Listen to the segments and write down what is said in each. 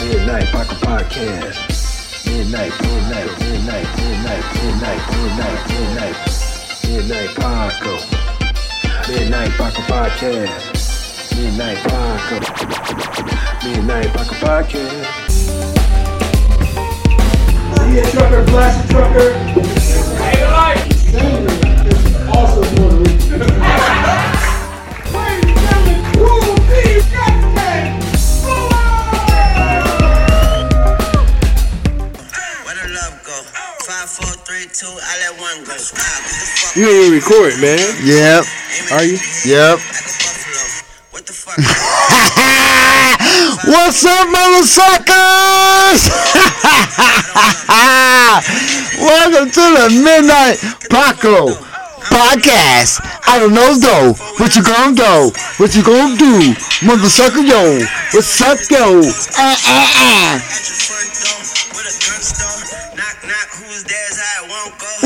Park Podcast. Midnight, midnight, midnight, midnight, midnight, midnight, midnight, midnight, Parko. Midnight Parko Podcast. Midnight Parko. Midnight Parko Podcast. See ya, trucker, blast trucker. Where the love go? Five, four, three, two, I let one go. Smile, what the fuck? You ain't even record, man. Yep. Aim it Are you? Yep. Like a buffalo. What the fuck? What's up, motherfuckers? Welcome to the Midnight Paco podcast. I don't know though. What you gonna do? What you gonna do? Motherfucker, yo. What's up, yo? Uh, uh, uh. At your front door with a gun store. Knock, knock, who is there? Is I won't go.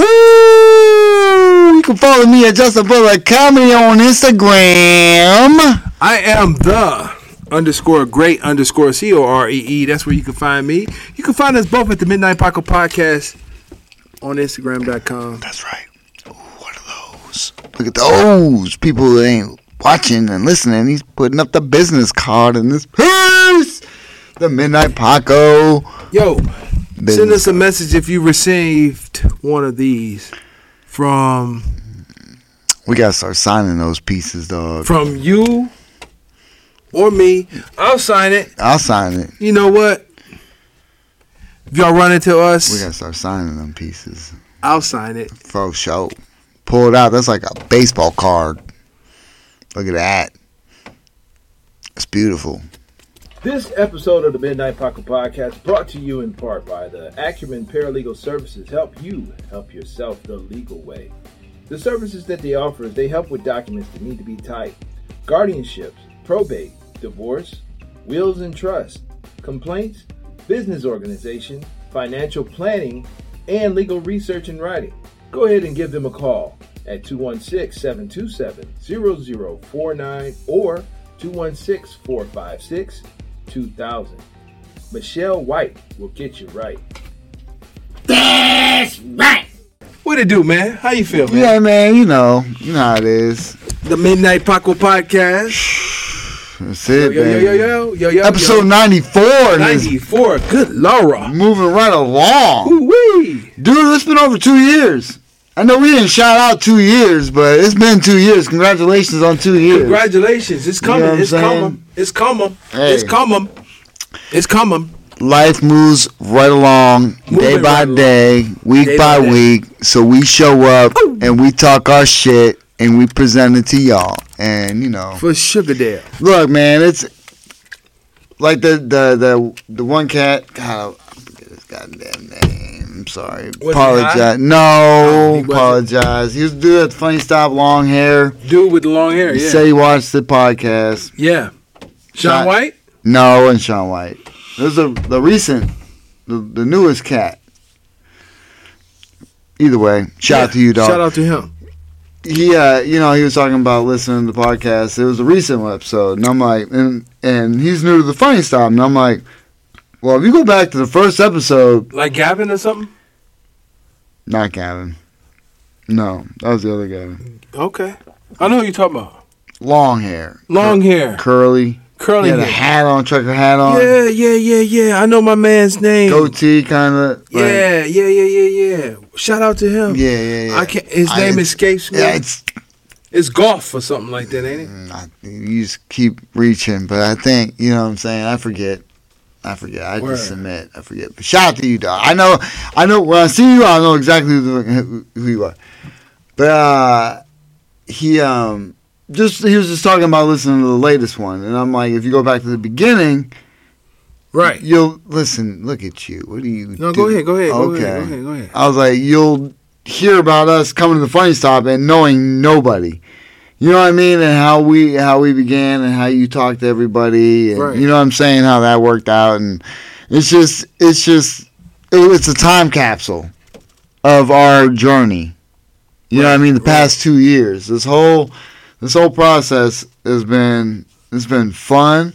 Woo! You can follow me at Justin Butler Comedy on Instagram. I am the underscore great underscore C O R E E. That's where you can find me. You can find us both at the Midnight Pocket Podcast on Instagram.com. That's right. Ooh, one of those. Look at those people that ain't watching and listening. He's putting up the business card in this piece. The Midnight Paco. Yo, send business- us a message if you received one of these from We gotta start signing those pieces, dog. from you or me. I'll sign it. I'll sign it. You know what? If y'all run into We us, gotta start signing them pieces I'll sign it. for sure. Pull it out. That's like a baseball card. Look at that. It's beautiful. This episode of the Midnight Pocket Podcast brought to you in part by the Acumen Paralegal Services help you help yourself the legal way. The services that they offer is they help with documents that need to be typed, guardianships, probate, divorce, wills and trust, complaints, business organization, financial planning, and legal research and writing. Go ahead and give them a call at 216 727 0049 or 216 456 2000. Michelle White will get you right. What it do, man? How you feel, man? Yeah, man. You know, you know how it is. The Midnight Paco Podcast. That's it, Yo, yo, man. yo, yo, yo, yo. Episode yo. 94. and it's 94. Good Laura. Moving right along. Woo-wee. Dude, it's been over two years. I know we didn't shout out two years, but it's been two years. Congratulations on two years. Congratulations. It's coming. You know what I'm it's saying? coming. It's coming. Hey. It's coming. It's coming. Life moves right along, day Moving by right day, week Day by, by day. week. So we show up and we talk our shit and we present it to y'all. And, you know. For Sugar Dale. Look, man, it's like the the the, the one cat. God, I forget his goddamn name. I'm sorry. Was he high? apologize. No, he wasn't. apologize. He was the dude at the funny stop, long hair. Dude with the long hair. He Yeah. said he watched the podcast. yeah. Sean Shot. White? No, and Sean White. There's a the recent, the, the newest cat. Either way, shout out Yeah. to you, dog. Shout out to him. he uh you know he was talking about listening to the podcast it was a recent episode and i'm like and and he's new to the funny stop and i'm like well if you go back to the first episode Like Gavin or something? not gavin no that was the other gavin Okay. I know who you're talking about. long hair Long hair. curly he Curly had a hair. hat on trucker hat on Yeah, yeah, yeah, yeah. I know my man's name. goatee kind of like, Yeah, yeah, yeah, yeah, yeah. Shout out to him. yeah yeah yeah I can't. His I- Mm. name escapes me. yeah, it's It's golf or something like that, ain't it? I, you just keep reaching, but I think you know what I'm saying. I forget. I forget. I Word. just submit. I forget. But shout out to you, dog. I know. I know. When I see you, I know exactly who, the- who you are. But uh, he um just he was just talking about listening to the latest one, and I'm like, if you go back to the beginning, Right. you'll listen. Look at you. What do you? No, do? go ahead, go ahead, go Okay. ahead, go ahead, go ahead. I was like, you'll hear about us coming to the funny stop and knowing nobody. You know what I mean? And how we how we began and how you talked to everybody and Right. you know what I'm saying, how that worked out and it's just it's just it- it's a time capsule of our journey. You know what I mean? The past two years. This whole this whole process has been it's been fun.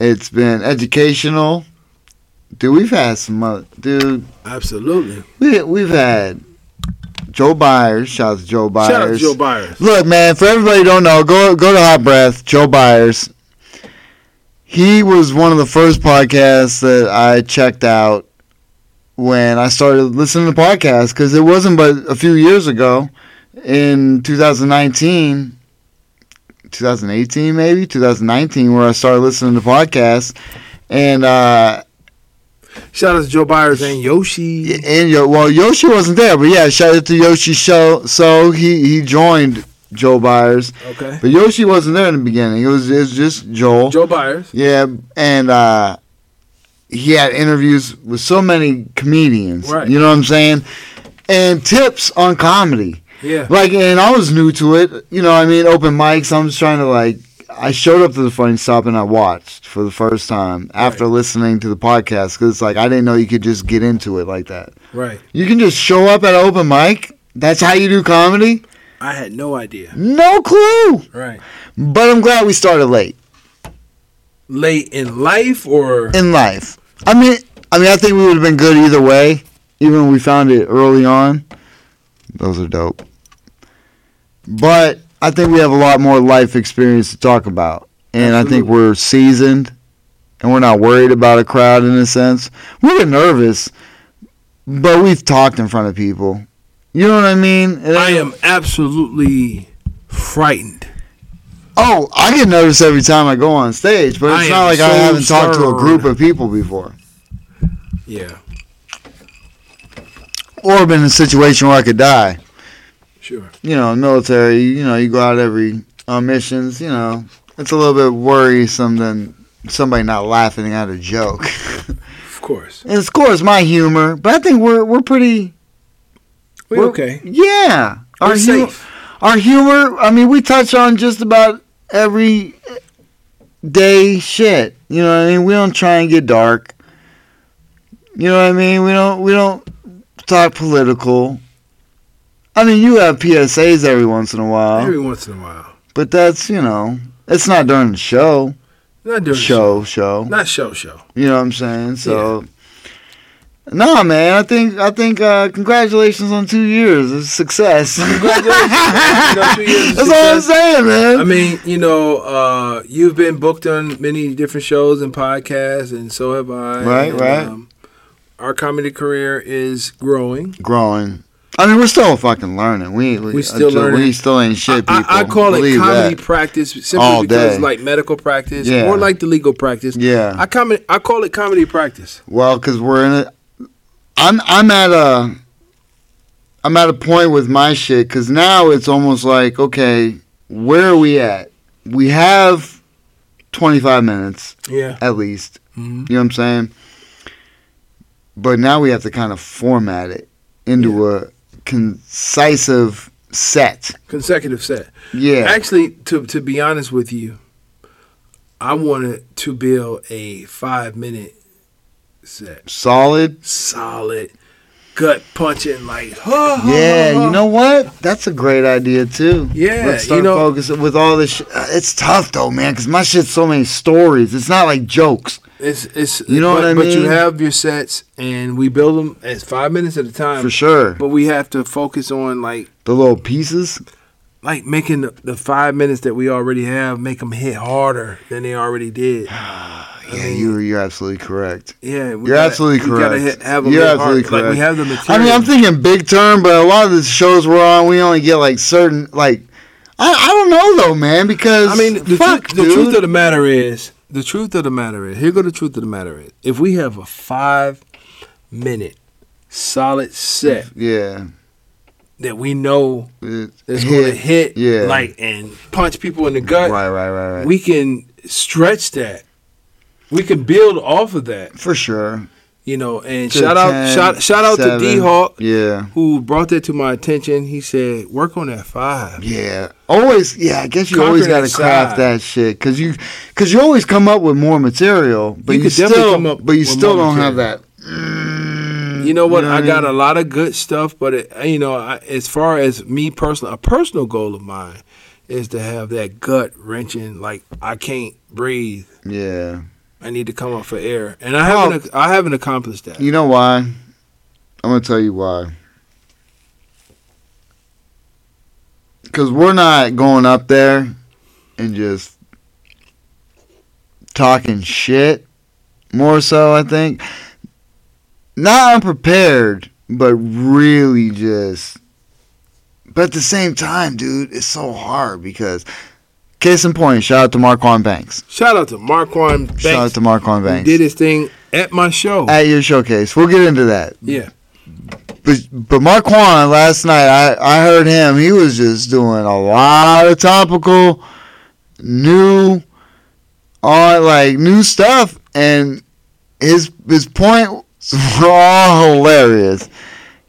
It's been educational. Dude, we've had some other, dude. Absolutely. We we've had Joe Byers. Shout out to Joe Byers. Shout out to Joe Byers. Look, man, for everybody who don't know, go go to Hot Breath, Joe Byers. He was one of the first podcasts that I checked out when I started listening to podcasts because it wasn't but a few years ago in 2019, 2018 maybe, 2019 where I started listening to podcasts and uh Shout out to Joe Byers and Yoshi. yeah, and Yo- well, Yoshi wasn't there, but yeah, shout out to Yoshi's show. So he he joined Joe Byers, Okay. but Yoshi wasn't there in the beginning. It was it was just Joel. Joe Byers. Yeah, and uh, he had interviews with so many comedians. Right. You know what I'm saying? And tips on comedy. Yeah. Like, and I was new to it. You know, what I mean, open mics. I'm just trying to like. I showed up to the funny stop and I watched for the first time after listening to the podcast because it's like I didn't know you could just get into it like that. Right. You can just show up at an open mic. That's how you do comedy? I had no idea. No clue. Right. But I'm glad we started late Late in life or in life. I mean, I mean, I think we would have been good either way, even when we found it early on. Those are dope. But I think we have a lot more life experience to talk about, and I think Absolutely. we're seasoned, and we're not worried about a crowd in a sense. We're nervous, but we've talked in front of people. You know what I mean? It I ain't- am absolutely frightened. Oh, I get nervous every time I go on stage, but I it's am not like I so haven't talked to a stirred. group of people before. Yeah. Or been in a situation where I could die. Sure. You know, military, you know, you go out every on missions, you know. It's a little bit worrisome than somebody not laughing at a joke. Of course. and of course my humor, but I think we're we're pretty We're okay. Yeah. We're our hu- safe. our humor, I mean, we touch on just about every day shit. You know what I mean? We don't try and get dark. You know what I mean? We don't we don't talk political. I mean, you have PSAs every once in a while, Every once in a while. but that's, you know, it's not during the show, Not doing show, show. Not show show. You know what I'm saying? So Nah man, I think I think uh congratulations on two years of success. Congratulations. You know, two years of That's all I'm success. saying, man. I mean, you know, uh, you've been booked on many different shows and podcasts, and so have I. Right, And, right. Um, our comedy career is growing. growing. I mean, we're still fucking learning. We we, We still until- learning. We still ain't shit, people. I, I call it Believe comedy that. practice simply All because, day. like medical practice, Yeah. or like the legal practice. Yeah. I com- I call it comedy practice. Well, because we're in it. I'm I'm at a I'm at a point with my shit because now it's almost like okay, where are we at? We have 25 minutes Yeah. at least. Mhm. You know what I'm saying? But now we have to kind of format it into a concisive set. Consecutive set. Yeah. Actually, to to be honest with you, I wanted to build a five minute set. Solid solid gut punching like huh, huh, Yeah, huh, huh. you know what? That's a great idea too. Yeah, let's start you know- focusing with all this. Sh- uh, it's tough though, man, because my shit's so many stories. It's not like jokes it's it's You know but, what I but you mean? have your sets and we build them as five minutes at a time for sure. but we have to focus on like The little pieces. like making the, the five minutes that we already have make them hit harder than they already did Yeah, Um, you're you're absolutely correct. yeah we You're gotta- absolutely we correct. gotta hit, have them you're hit absolutely hard. correct. like we have the I material mean, I'm thinking big term, but a lot of the shows we're on, we only get like certain like. I, I don't know though, man, because I mean, the, fuck, truth, the dude. truth of the matter is, the truth of the matter is, here go the truth of the matter is, if we have a five minute solid set Mm. yeah, that we know it- that's going to hit, Yeah, like and punch people in the gut, right, right, right, right. we can stretch that. We can build off of that, for sure. you know. And To shout out, 10, shout, shout out to seven. D Hawk Yeah. who brought that to my attention. He said, "Work on that five. Yeah, always. Yeah, I guess you Conquer always that got to craft side. that shit because you because you always come up with more material, but You you, could definitely still come up but you with still more don't have material. that. mm, You know what? You know I what I got mean? a lot of good stuff, but it, you know, I, as far as me personal, a personal goal of mine is to have that gut wrenching, like I can't breathe Yeah, I need to come up for air, and I haven't. I haven't accomplished that. You know why? I'm gonna tell you why. Because we're not going up there and just talking shit. More so, I think. Not unprepared, but really just. But at the same time, dude, it's so hard because. Case in point, shout out to Marquand Banks. Shout out to Marquand Banks. Shout out to Marquand who Banks. did his thing at my show. at your showcase. We'll get into that. Oh. yeah, But but Marquand last night, I I heard him. He was just doing a lot of topical, new, all like new stuff, and his his points were all hilarious.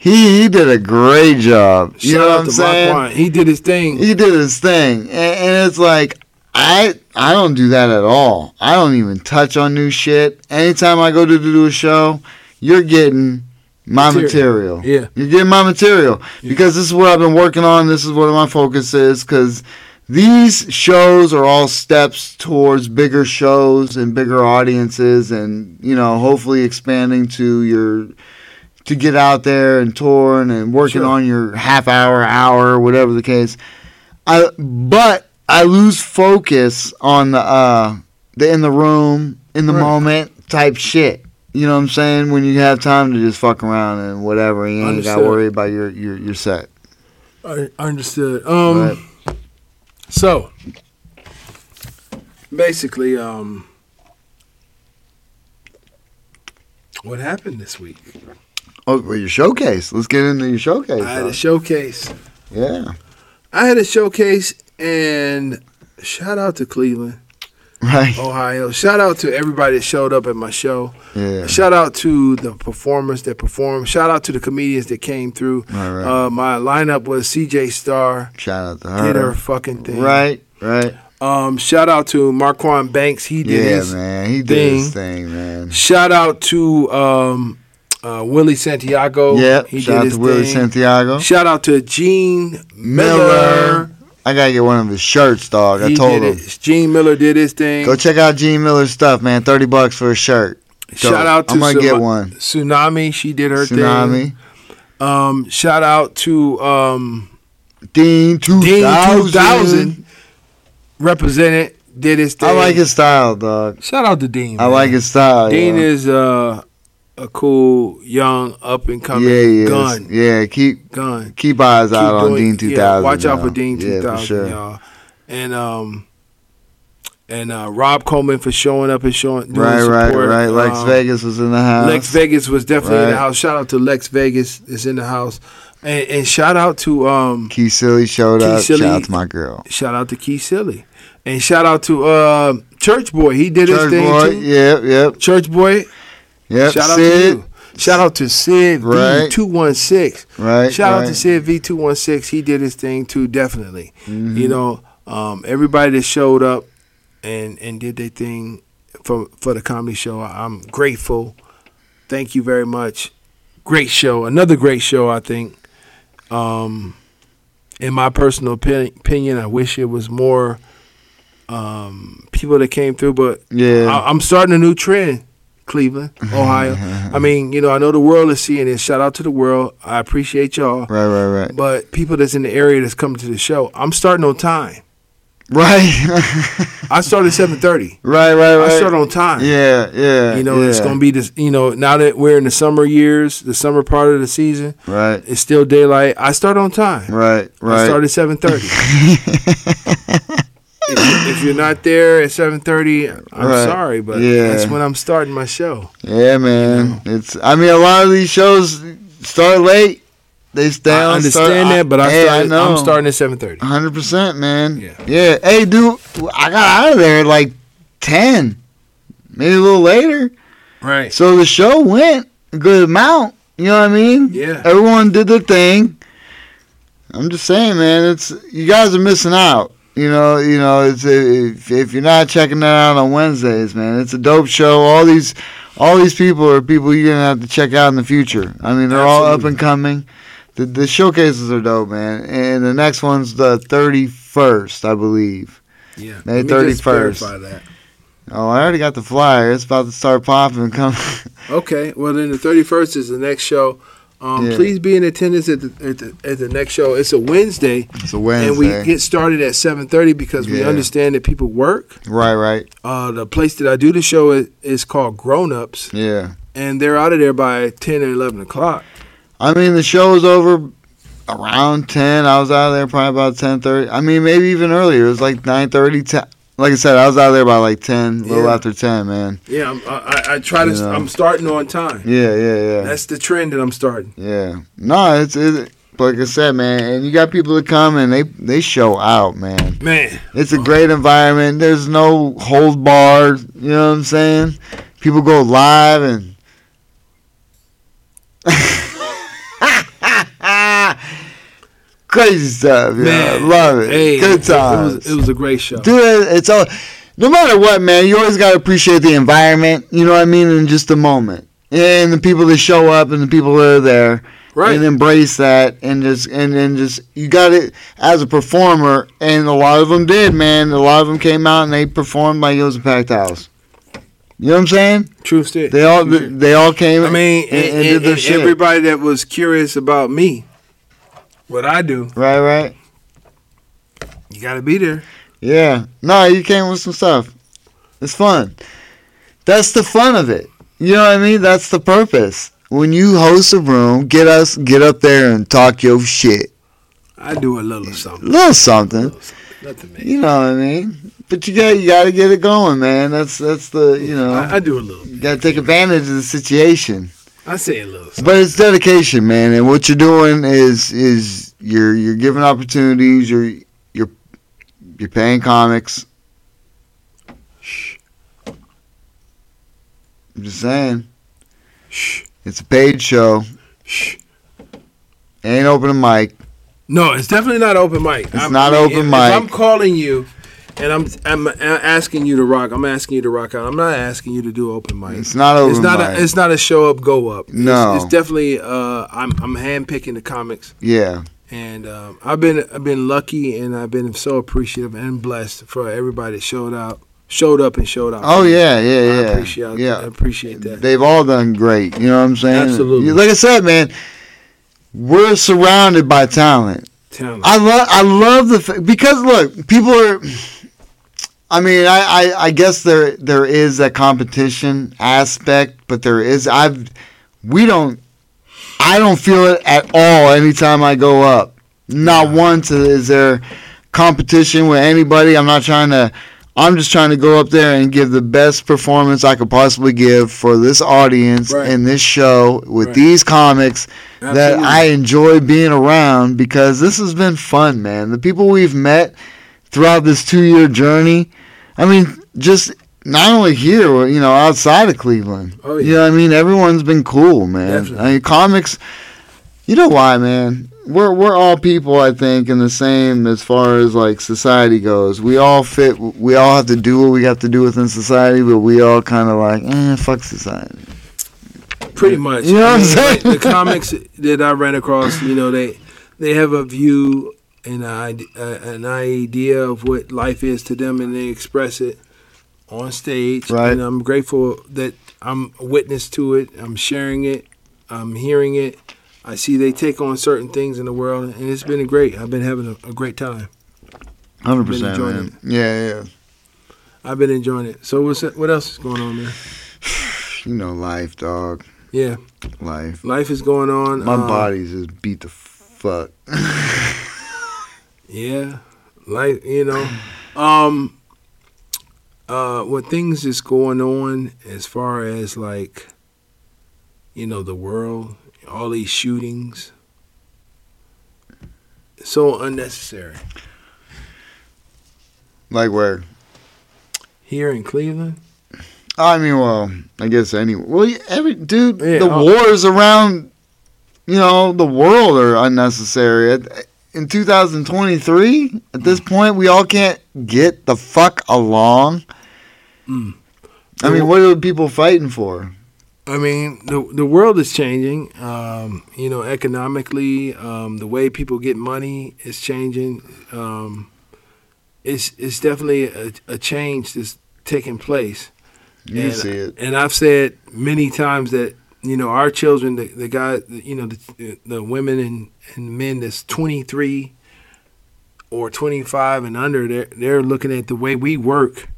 He he did a great job. shout You know out what I'm to saying? Marquand. He did his thing. he did his thing, and, and it's like I I don't do that at all. I don't even touch on new shit. Anytime I go to do a show, you're getting my Material. material. Yeah. you're getting my material because this is what I've been working on. This is what my focus is because. These shows are all steps towards bigger shows and bigger audiences, and you know, hopefully expanding to your to get out there and touring and working Sure. on your half hour, hour, whatever the case. I but I lose focus on the uh the in the room, in the Right. moment type shit. You know what I'm saying? When you have time to just fuck around and whatever, you ain't got to Understood. worry about your your your set. I I understood. Um, Right. so basically, um, what happened this week? Oh, well, your showcase. Let's get into your showcase. I had huh? a showcase. yeah, I had a showcase, and shout out to Cleveland, right. Oh, Ohio. Shout out to everybody that showed up at my show. Yeah, Shout out to the performers that performed. Shout out to the comedians that came through. Right, right. Uh, my lineup was CJ Starr. shout out to Did her her. fucking thing. Right, right. Um, shout out to Marquand Banks. He did Yeah, his. man, he did his thing, man. Shout out to um, uh, Willie Santiago. Yeah, he shout out did his to Willie thing. Santiago. Shout out to Gene Miller. Miller. I gotta get one of his shirts, dog. I He told did him. it. Gene Miller did his thing. Go check out Gene Miller's stuff, man. Thirty bucks for a shirt. Dope. Shout out to I'm gonna Tsu- get one. Tsunami. She did her Tsunami. thing. Um, shout out to um, Dean two Dean Two thousand. Thousand. Represented did his thing. I like his style, dog. Shout out to Dean. I man. like his style. Dean yeah. is uh, a cool young up and coming yeah, he is. gun. Yeah, keep Gun. keep eyes Keep out on doing- Dean two yeah, thousand. watch out for Dean yeah, Two for Thousand, sure. y'all. And um, and uh, Rob Coleman for showing up and showing doing Right, right, support. right. Lex Um, Vegas was in the house. Lex Vegas was definitely in the Right. house. Shout out to Lex Vegas is in the house, and, and shout out to um, Key Silly showed Key up. Silly- Shout out to my girl. shout out to Key Silly, and shout out to uh, Church Boy. He did his Church thing boy. too. Yep, yep, Church Boy, yep. shout out to Sid. you. Shout out to Sid Right. V two one six. Right. Shout right. out to Sid V two one six. He did his thing too, definitely. Mm-hmm. You know, um, everybody that showed up and and did their thing for for the comedy show. I- I'm grateful. Thank you very much. Great show, another great show. I think. Um, in my personal opin- opinion, I wish it was more um, people that came through, but Yeah. Mm-hmm. I, I'm starting a new trend. Cleveland, Ohio. I mean, you know, I know the world is seeing this. Shout out to the world. I appreciate y'all. Right, right, right. But people that's in the area that's coming to the show, I'm starting on time. Right. I start at 7:30. right, right, right. I start on time. Yeah, yeah. You know, yeah. it's gonna be this. You know, now that we're in the summer years, the summer part of the season, right, it's still daylight. I start on time. right, right. I start at 7:30. if, if you're not there at 7:30, I'm Right. sorry, but Yeah. that's when I'm starting my show. yeah, man. It's. I mean, a lot of these shows start late. They stay. I on, understand start, that, but I hey, started, know. I'm starting at seven thirty. Hundred percent, man. Yeah. Yeah. Hey, dude, I got out of there at like ten, maybe a little later. Right. So the show went a good amount. You know what I mean? Yeah. Everyone did their thing. I'm just saying, man. It's you guys are missing out. You know, you know. It's if, if you're not checking that out on Wednesdays, man. It's a dope show. All these, all these people are people you're gonna have to check out in the future. I mean, they're all up Absolutely. and coming. The, the showcases are dope, man. And the next one's the 31st, I believe. Yeah. May Let me just 31st. verify that. Oh, I already got the flyer. It's about to start popping. Come. Okay. Well, then the 31st is the next show. Um, Yeah. Please be in attendance at the, at the at the next show. It's a Wednesday, It's a Wednesday. and we get started at 7:30 because we Yeah. understand that people work. right, right. Uh, the place that I do the show is, is called Grown Ups, Yeah. and they're out of there by 10 or 11 o'clock. I mean, the show was over around 10. I was out of there probably about 10.30. I mean, maybe even earlier. It was like 9.30, 10. Like I said, I was out of there by like 10, a little Yeah. after 10, man. Yeah, I'm, I, I- I try to. You know. I'm starting on time. Yeah, yeah, yeah. That's the trend that I'm starting. yeah. No, it's, it, like I said, man, and you got people that come and they, they show out, man. Man, It's a great environment. There's no hold bar. You know what I'm saying? People go live and. Crazy stuff, man. man, Love it. Hey, Good It times. was, it was a great show. Dude, it's all. No matter what, man, you always gotta appreciate the environment. You know what I mean? In just the moment, and the people that show up and the people that are there right? and embrace that and just and then just you got it as a performer and a lot of them did man a lot of them came out and they performed like it was a packed house you know what i'm saying True stick. they all they all came I mean, and, and- and everybody that was curious about me, what I do, right right you got to be there. yeah no you came with some stuff it's fun that's the fun of it you know what i mean that's the purpose when you host a room get us get up there and talk your shit I do a little something. little something Nothing major. You know what I mean? But you got you got to get it going, man. That's that's the you know I, I do a little. you got to take advantage of the situation. I say a little. Something. But it's dedication, man. And what you're doing is is you're you're giving opportunities. You're you're you're paying comics. I'm just saying, Shh, it's a paid show. shh. Ain't open a mic. No, it's definitely not open mic. It's not open if, mic. If I'm calling you, and I'm I'm a- asking you to rock. I'm asking you to rock out. I'm not asking you to do open mic. It's not open It's not mic. a it's not a show up go up. It's- No. it's, definitely uh I'm I'm handpicking the comics, yeah, and um, I've been I've been lucky, and I've been so appreciative and blessed for everybody that showed out, showed up and showed out. Oh yeah, yeah, I yeah. appreciate yeah. I appreciate that. They've all done great. You know what I'm saying? Absolutely. Like I said, man, we're surrounded by talent. Talent. I love, I love the f- because look, people are. I mean, I, I, I guess there there is that competition aspect, but there is I've we don't I don't feel it at all anytime I go up. Not once is there competition with anybody. I'm not trying to. I'm just trying to go up there and give the best performance I could possibly give for this audience Right. and this show with Right. these comics that Absolutely. I enjoy being around because this has been fun, man. The people we've met throughout this two year journey, I mean, just not only here, but, you know, outside of Cleveland. Oh, You know what I mean? Everyone's been cool, man. Definitely. I mean, comics, you know why, man? We're, we're all people, I think, and the same as far as like society goes. We all fit, we all have to do what we have to do within society, but we all kind of like, eh, fuck society. Pretty much. You know what I'm saying? like, the comics that I ran across, you know, they they have a view and a ide- uh, an idea of what life is to them, and they express it on stage. Right. And I'm grateful that I'm a witness to it. I'm sharing it. I'm hearing it. I see they take on certain things in the world, and it's been great. I've been having a, a great time. 100%. enjoying Man. Yeah, yeah. I've been enjoying it. So what's what else is going on there? You know, life, dog. Yeah, Life. life is going on. My Um, body's just beat the fuck. Yeah, like you know, um, uh, when things is going on as far as like, you know, the world, all these shootings, so unnecessary Like where? here in Cleveland. I mean, well, I guess anyway. Well, you- every dude, Yeah, the I'll- wars around, you know, the world are unnecessary. At- In 2023, at this point, we all can't get the fuck along. Mm. I mean, what are people fighting for? I mean, the the world is changing. Um, you know, economically, um, the way people get money is changing. Um, it's it's definitely a, a change that's taking place. You and, see it. And I've said many times that you know our children, the, the guy, you know, the, the women and, and men that's 23 or 25 and under, they're they're looking at the way we work,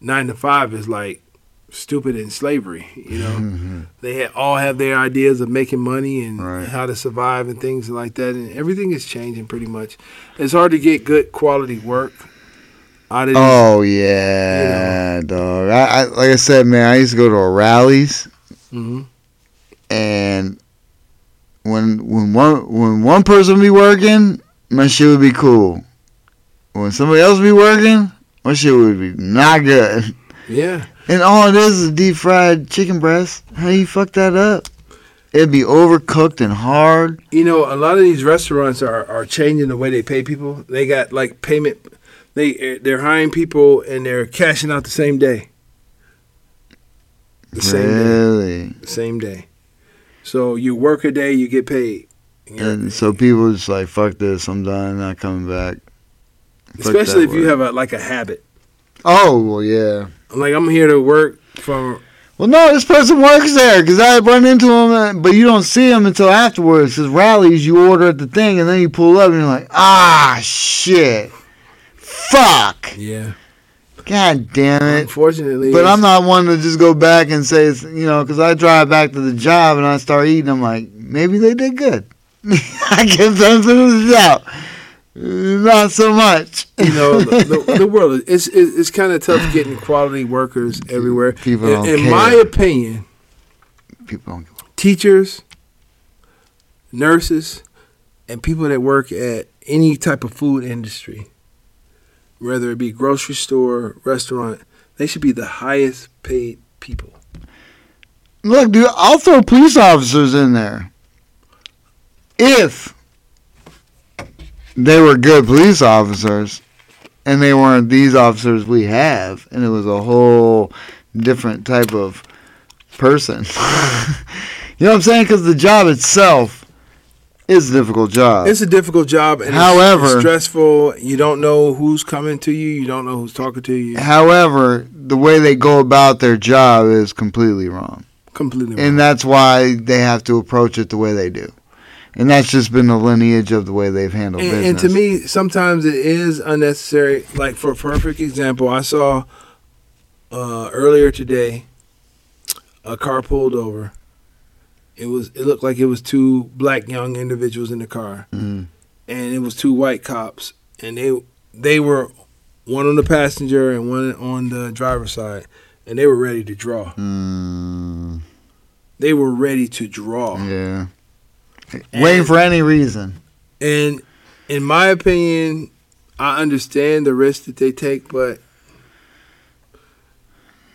nine to five is like stupid in slavery. You know, they had, all have their ideas of making money and Mm-hmm. Right. how to survive and things like that, and everything is changing pretty much. It's hard to get good quality work out of these Oh yeah, dog. I, I like I said, man. I used to go to rallies, Mhm. and when when one when one person be working, my shit would be cool. When somebody else be working, my shit would be not good. Yeah, And all it is is deep fried chicken breast. How you fuck that up? It'd be overcooked and hard. you know, a lot of these restaurants are are changing the way they pay people. They got like payment. They they're hiring people and they're cashing out the same day. The same day. really. The same day. So you work a day, you get paid. You know? And so people just like, fuck this. I'm done. Not coming back. Fuck that Especially if you work. have a, like a habit. Oh well, yeah. Like I'm here to work from. Well, no, this person works there because I run into him, uh, but you don't see him until afterwards. Because rallies, you order at the thing, and then you pull up, and you're like, ah, shit, fuck, Yeah. god damn it. Unfortunately. But it's- I'm not one to just go back and say, it's, you know, because I drive back to the job and I start eating. I'm like, maybe they did good. I give them to the job. Not so much. you know the, the, the world is it's, it's, it's kind of tough getting quality workers everywhere. People in don't in my care. opinion, People don't give a teachers, nurses, and people that work at any type of food industry, whether it be grocery store, restaurant, they should be the highest paid people. Look, dude, I'll throw police officers in there. If they were good police officers and they weren't these officers we have, and it was a whole different type of person. you know what I'm saying? Because the job itself is a difficult job. It's a difficult job and it's- it's However- stressful. You don't know who's coming to you, you don't know who's talking to you. However, the way they go about their job is completely wrong. Completely. wrong. and that's why they have to approach it the way they do. And that's just been the lineage of the way they've handled and, business. and to me, sometimes it is unnecessary. Like for a perfect example, I saw uh, earlier today a car pulled over. It was it looked like it was two black young individuals in the car, Mhm. and it was two white cops, and they they were one on the passenger and one on the driver's side, and they were ready to draw. mm, They were ready to draw. yeah, waiting for any reason. And in my opinion, I understand the risk that they take, but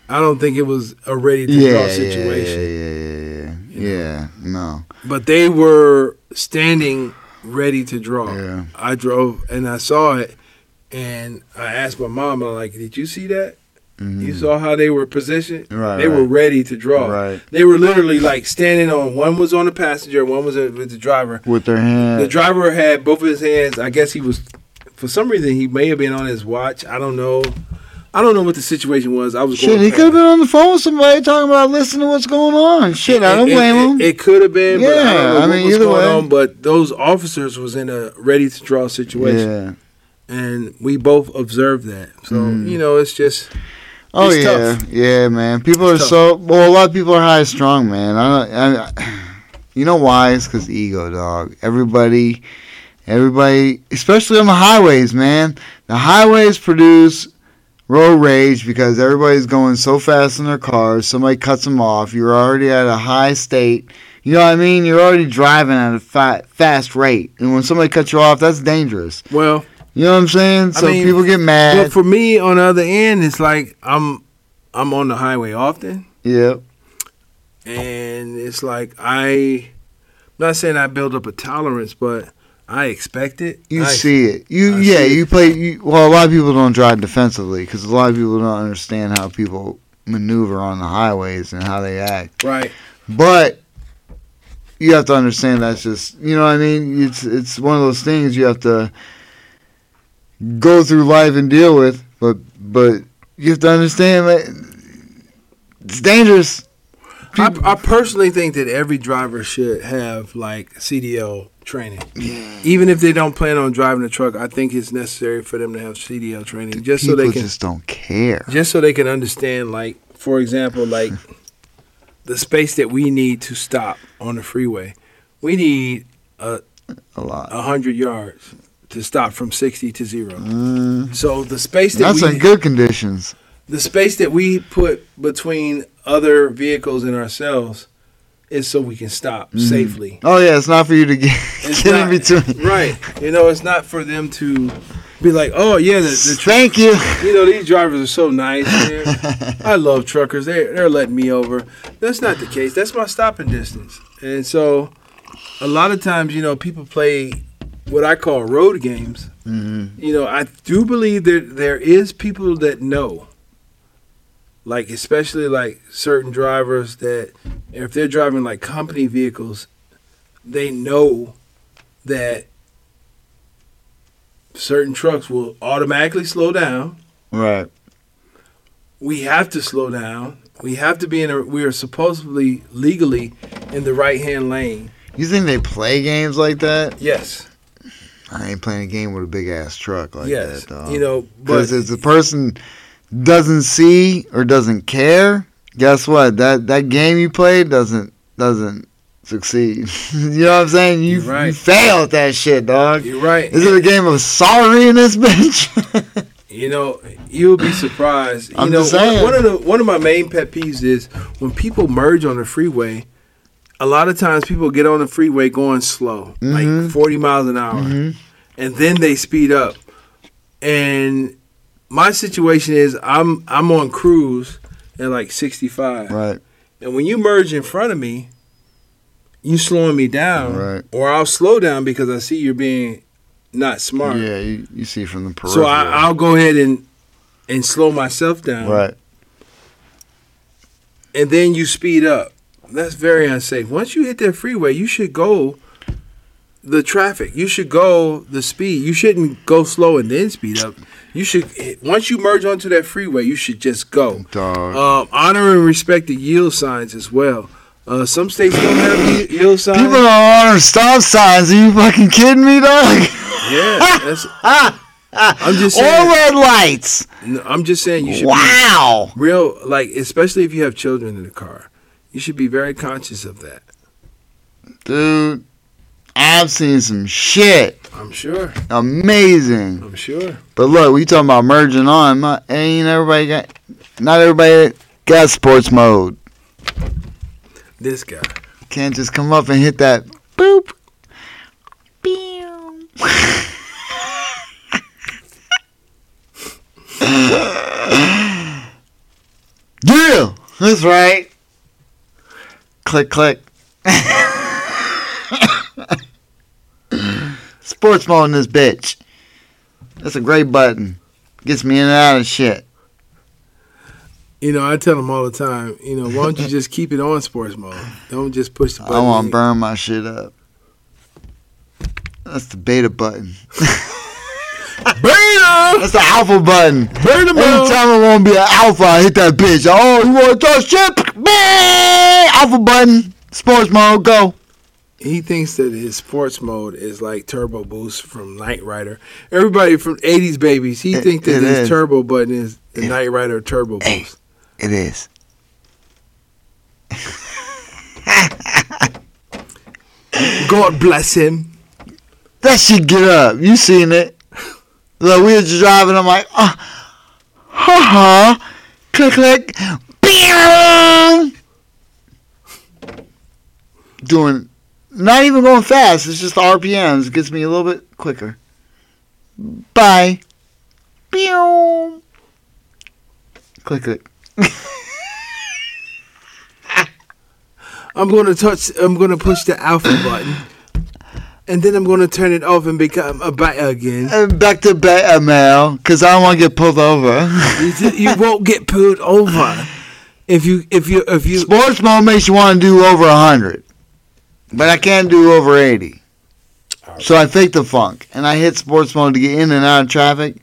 I don't think it was a ready to Yeah, draw yeah, situation. yeah, yeah, yeah, yeah. yeah. No, But they were standing ready to draw. Yeah. I drove and I saw it, and I asked my mom, I'm like, "Did you see that? Mm-hmm. You saw how they were positioned? Mm. Right, they were right. ready to draw. Right. They were literally like standing on. One was on the passenger, one was uh, with the driver, with their the hand. driver had both of his hands. I guess he was, for some reason, he may have been on his watch. I don't know. I don't know what the situation was. I was Shit, going he could have fast. been on the phone with somebody talking about listening to what's going on. Shit, I don't It- it- blame him. It, could have been. but I Yeah, don't know I what mean, was either going way. on. But those officers was in a ready to draw situation, yeah. and we both observed that. So Mm-hmm. you know, it's just Oh It's yeah, tough. yeah, man. People It's are tough. so well. A lot of people are high strung, man. I don't. I, I, you know why? It's because ego, dog. Everybody, everybody, especially on the highways, man. The highways produce road rage because everybody's going so fast in their cars. Somebody cuts them off. You're already at a high state. You know what I mean? You're already driving at a fa- fast rate, and when somebody cuts you off, that's dangerous. well. You know what I'm saying? I So mean, people get But mad. for me, on the other end, it's like I'm I'm on the highway often. yeah. and it's like I, I'm not saying I build up a tolerance, but I expect it. You I- see it. You I yeah. see You play. You, well, a lot of people don't drive defensively because a lot of people don't understand how people maneuver on the highways and how they act. right? But you have to understand that's just you know what I mean. It's it's one of those things you have to go through life and deal with. But but you have to understand, man. It's dangerous. I, I personally think that every driver should have like CDL training. Even if they don't plan on driving the truck, I think it's necessary for them to have CDL training just so People they can just don't care. just so they can understand like for example like the space that we need to stop on the freeway. We need A lot. 100 yards to stop from 60 to 0. So the space that Mm-hmm. That's we in good conditions. the space that we put between other vehicles and ourselves is so we can stop safely. Oh yeah, it's not for you to get, It's get not- in between. Right. You know, it's not for them to be like, oh, yeah, the, the tr- Thank you. you know, these drivers are so nice. man. I love truckers. They're, they're letting me over. That's not the case. That's my stopping distance. And so a lot of times, you know, people play what I call road games. Mm-hmm. You know, I do believe that there is people that know. Like especially like certain drivers that if they're driving like company vehicles, they know that certain trucks will automatically slow down Right. we have to slow down. We have to be in a. We are supposedly legally in the right hand lane. You think they play games like that? Yes. I ain't playing a game with a big ass truck like yes. that, dog. you know, but because if the person doesn't see or doesn't care, guess what? That that game you played doesn't doesn't succeed. you know what I'm saying? You You're right. you failed that shit, dog. you're right. Is it a game of sorry in this bitch? You know, you'll be surprised. You I'm know, just one- saying. one of the one of my main pet peeves is when people merge on the freeway. A lot of times, people get on the freeway going slow, Mm-hmm. like 40 miles an hour, and then they speed up. And my situation is, I'm I'm on cruise at like 65. right. And when you merge in front of me, you slowing me down, Right. or I'll slow down because I see you're being not smart. Yeah, you, you see from the peripheral. so I, I'll go ahead and and slow myself down, right. and then you speed up. That's very unsafe. Once you hit that freeway, you should go the traffic. You should go the speed. You shouldn't go slow and then speed up. You should once you merge onto that freeway, you should just go. Dog. Um, honor and respect the yield signs as well. Uh, some states don't have y- yield signs. People don't honor stop signs. Are you fucking kidding me, dog? yeah, that's, I'm just Or saying. red lights. no, I'm just saying you should Wow. be real, like especially if you have children in the car, you should be very conscious of that. Dude, I've seen some shit. I'm sure. Amazing. I'm sure. But look, we talking about merging on. Not, ain't everybody got, not everybody got sports mode. This guy. Can't just come up and hit that boop. Pew. yeah, that's right. Click, click. sports mode in this bitch. That's a great button. Gets me in and out of shit. You know, I tell them all the time. You know, why don't you just keep it on sports mode? Don't just push the button. I want to burn my shit up. That's the beta button. Bam! That's the alpha button. Burn them out! Anytime I want to be an alpha, I hit that bitch. Oh, you want to touch shit? Bang! Alpha button. Sports mode, go. he thinks that his sports mode is like Turbo Boost from Knight Rider. Everybody from '80s babies, he It- think that it his is. turbo button is the Knight Rider Turbo Boost. It is. God bless him. That shit get up. You seen it. Look, we were just driving. I'm like, uh, ha ha. Click, click. Bing! Doing, not even going fast. It's just the RPMs. It gets me a little bit quicker. Bye. Pew. Click, click. I'm gonna touch. I'm gonna push the alpha button, and then I'm gonna turn it off and become a bat again. And back to beta mail, because I don't want to get pulled over. You, ju- you won't get pulled over if you if you if you. Sports mode makes you want to do over 100, but I can't do over 80. So I fake the funk and I hit sports mode to get in and out of traffic.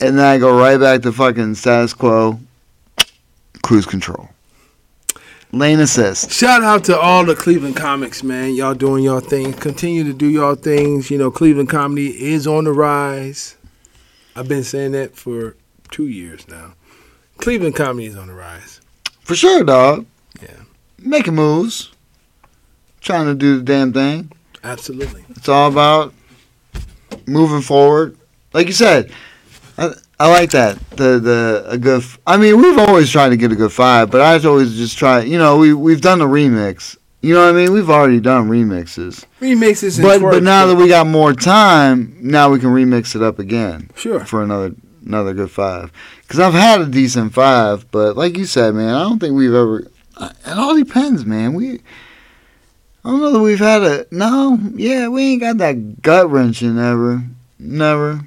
and then I go right back to fucking status quo, cruise control, lane assist. Shout out to all the Cleveland comics, man. Y'all doing y'all thing. Continue to do y'all things. You know, Cleveland comedy is on the rise. I've been saying that for two years now. Cleveland comedy is on the rise. For sure, dog. Yeah. Making moves. Trying to do the damn thing. Absolutely. It's all about moving forward. Like you said, I, I like that. The the a good. f- I mean, we've always tried to get a good five, but I always just try. You know, we we've done a remix. You know what I mean? We've already done remixes, Remixes and but but twerks, now that we got more time, now we can remix it up again sure. for another another good five. Because I've had a decent five, but like you said, man, I don't think we've ever. It all depends, man. We. I don't know that we've had a no. Yeah, we ain't got that gut wrenching ever. Never.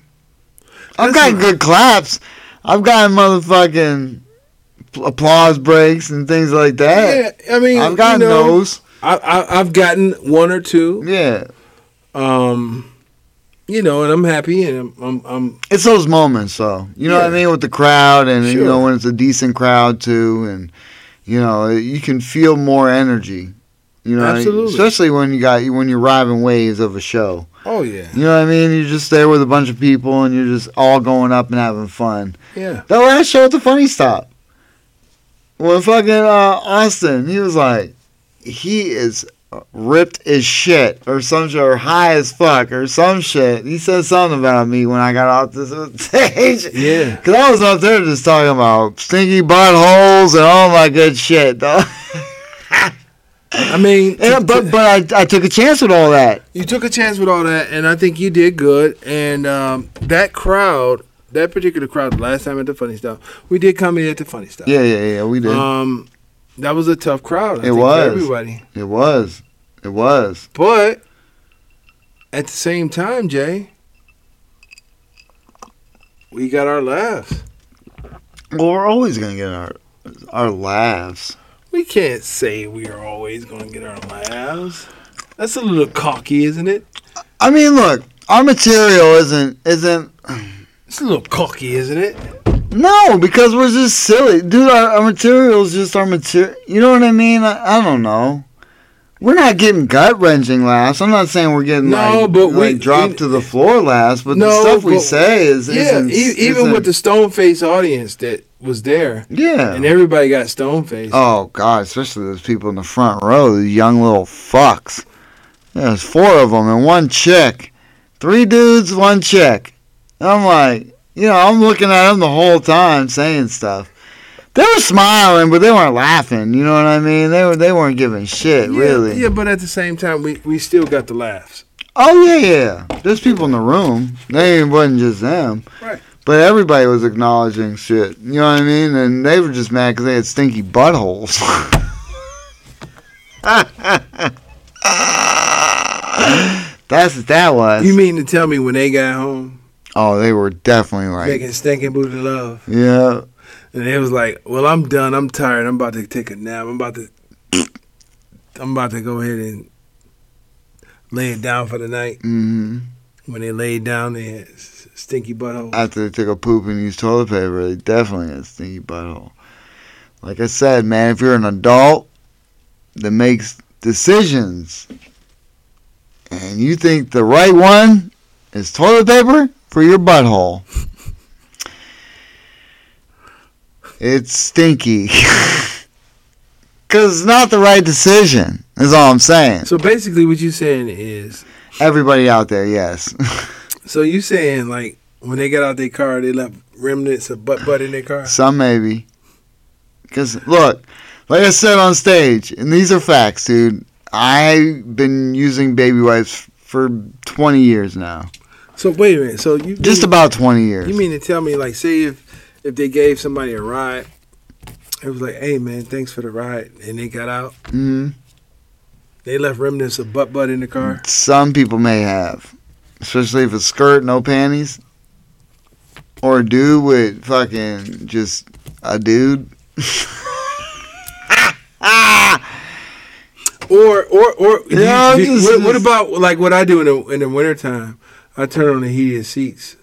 I've That's got right. good claps. I've got motherfucking applause breaks and things like that. Yeah, I mean, I've gotten you know, those. I, I, I've gotten one or two. Yeah. Um, you know, and I'm happy, and I'm, I'm, I'm it's those moments though you know what i Yeah. mean with the crowd and you Sure. know when it's a decent crowd too and you know you can feel more energy you know Absolutely. especially when you got when you're riding waves of a show oh yeah, you know what i mean you're just there with a bunch of people and you're just all going up and having fun yeah. that last show at the funny stop when fucking uh, austin he was like he is ripped as shit or some shit or high as fuck or some shit he said something about me when i got off the stage Yeah. Cause I was up there just talking about stinky buttholes and all my good shit, though. I mean, And, but but I, I took a chance with all that. you took a chance with all that, and I think you did good. And um, that crowd, that particular crowd, last time at the Funny Stuff, we did comedy at the Funny Stuff. Yeah, yeah, yeah. We did. Um, that was a tough crowd. I It think, was. for everybody, it was. It was. but at the same time, Jay, we got our laughs. Well, we're always gonna get our our laughs. We can't say we are always going to get our laughs. That's a little cocky, isn't it? I mean, look, our material isn't isn't It's a little cocky, isn't it? no because we're just silly, dude. Our, our material is just our material. You know what I mean? I, I don't know. We're not getting gut wrenching laughs. I'm not saying we're getting No, like, but we- like dropped we- to the floor laughs, but the No, stuff we but- say is yeah, isn't, e- even isn't- with the stone face audience that was there, yeah. and everybody got stone faced. Oh God, especially those people in the front row, the young little fucks. There's four of them and one chick, three dudes, one chick. And I'm like, you know, I'm looking at them the whole time saying stuff. They were smiling, but they weren't laughing. You know what I mean? They were they weren't giving shit Yeah, really. Yeah, but at the same time, we, we still got the laughs. Oh yeah, yeah. There's people in the room. They it wasn't just them. Right. But everybody was acknowledging shit. You know what I mean? And they were just mad because they had stinky buttholes. That's what that was. You mean to tell me when they got home oh, they were definitely like, making stinking booty love, yeah. and they was like, "Well, I'm done. I'm tired. I'm about to take a nap. I'm about to, I'm about to go ahead and lay it down for the night." hmm When they laid down, they had s- stinky butthole. After they took a poop and used toilet paper, they definitely had stinky butthole. Like I said, man, if you're an adult that makes decisions and you think the right one is toilet paper for your butthole, it's stinky. Because it's not the right decision, is all I'm saying. so basically, what you saying is Everybody out there, yes. So you saying like when they got out their car, they left remnants of butt butt in their car? Some maybe. Because, look, like I said on stage, and these are facts, dude. I've been using baby wipes for 20 years now. So wait a minute. So you Just mean, about 20 years. you mean to tell me like say if if they gave somebody a ride, it was like, hey man, thanks for the ride, and they got out, Mhm. they left remnants of butt butt in the car. Some people may have. Especially if it's skirt, no panties. Or a dude with fucking just a dude. Ah! Or or or do you- Yeah, do I'm you- just- what, what about like what I do in the in the wintertime? I turn on the heated seats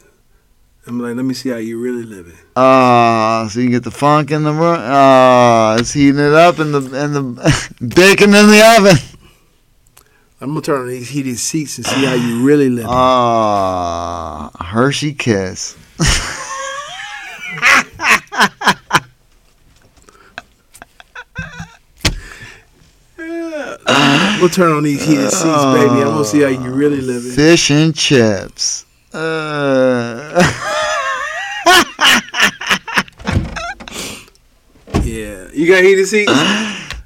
I'm like, let me see how you really living. Uh, so you can get the funk in the room. Uh, it's heating it up in the in the bacon in the oven. I'm gonna turn on these heated seats and see how you really living. Ah, Hershey Kiss. we'll turn on these heated seats, baby. I'm gonna see how you really living. Fish and chips. Uh, Yeah, you got heated seats.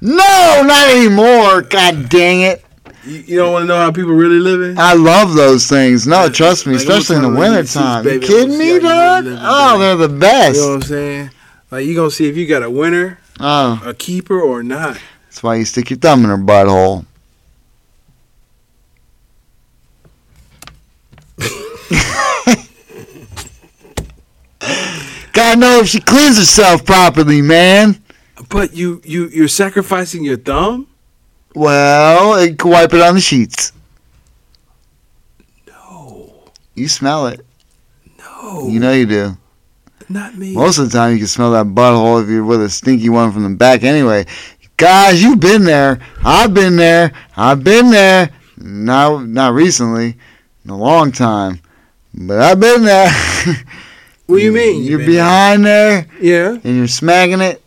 no, not anymore. God dang it. You, you don't want to know how people really living. I love those things. No, Yeah, trust me, like, I'm especially in the gonna tell you, wintertime. Zeus, You baby, kidding I'm me, gonna dog? see how you really living, Oh, they're baby. the You know what best. I'm saying? Like you gonna see if you got a winner, Oh, a keeper, or not. that's why you stick your thumb in her butthole. Gotta know if she cleans herself properly, man. But you you you're sacrificing your thumb. Well, it can wipe it on the sheets. No, Oh. You smell it. no, You know you do. not me. Most of the time, you can smell that butthole if you're with a stinky one from the back. Anyway, guys, you've been there. I've been there. I've been there. Not not recently, in a long time, but I've been there. what do you mean? You're been- behind there. Yeah. and you're smacking it,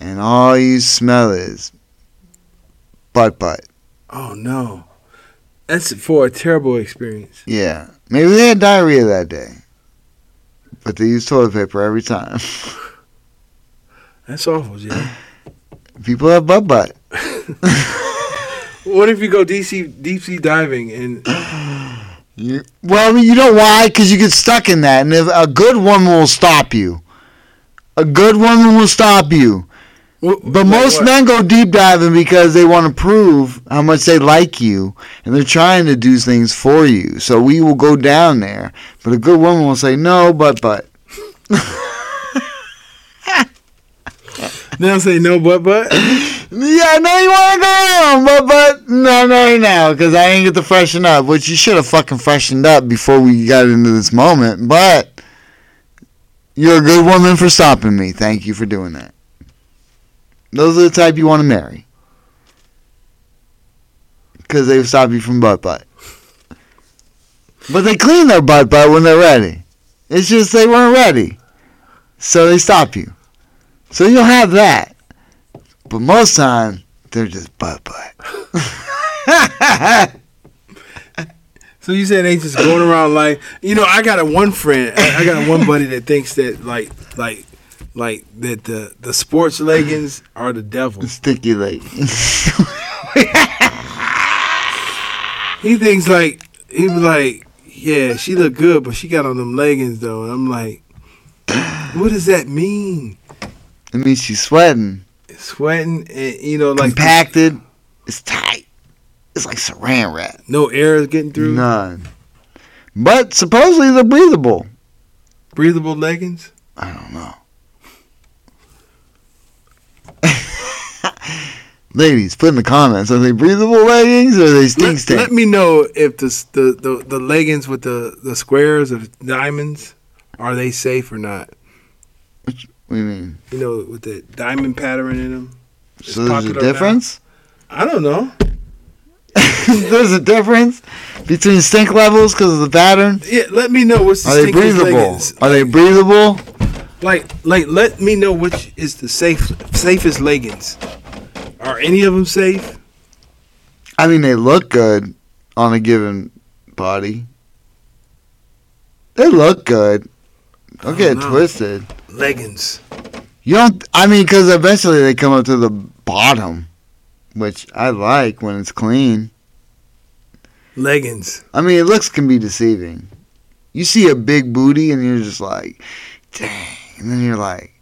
and all you smell is butt butt. Oh no, that's for a terrible experience. Yeah, maybe they had diarrhea that day, but they use toilet paper every time. That's awful, Jay. People have butt butt. What if you go deep sea deep sea diving and You, well, I mean, you know why? Because you get stuck in that, and if a good woman will stop you, a good woman will stop you. But most men go deep diving because they want to prove how much they like you, and they're trying to do things for you. So we will go down there, but a good woman will say no, but but. They don't say no, but but Yeah, no, you want to go down, but but no, no, no, because I ain't get to freshen up. Which you should have fucking freshened up before we got into this moment. But you're a good woman for stopping me. Thank you for doing that. Those are the type you want to marry, because they stop you from butt butt. But they clean their butt butt when they're ready. It's just they weren't ready, so they stop you. So you'll have that. But most time, they're just butt butt. So you said they just going around like you know I got a one friend I, I got one buddy that thinks that like like like that the the sports leggings are the devil. Sticky leg. He thinks like he was like yeah she looked good but she got on them leggings though and I'm like what does that mean? it means she's sweating. Sweating and you know like Compacted. It's tight. It's like saran wrap. no air is getting through None. But supposedly they're breathable. breathable leggings. I don't know. Ladies, put in the comments. Are they breathable leggings or are they stink Let, let stink? me know if the, s- the the the leggings with the the squares of diamonds are they safe or not. What do you mean? you know, with the diamond pattern in them. It's So there's a popular now. difference? I don't know. there's a difference between stink levels because of the pattern? Yeah, let me know what's the Are they stinkiest breathable? leggings. Are they breathable? Like, like, let me know which is the safe, safest leggings. Are any of them safe? I mean, they look good on a given body. They look good. Don't get it know. twisted. Leggings. You don't. I mean, because eventually they come up to the bottom, which I like when it's clean. Leggings. I mean, it looks can be deceiving. You see a big booty and you're just like, dang, and then you're like,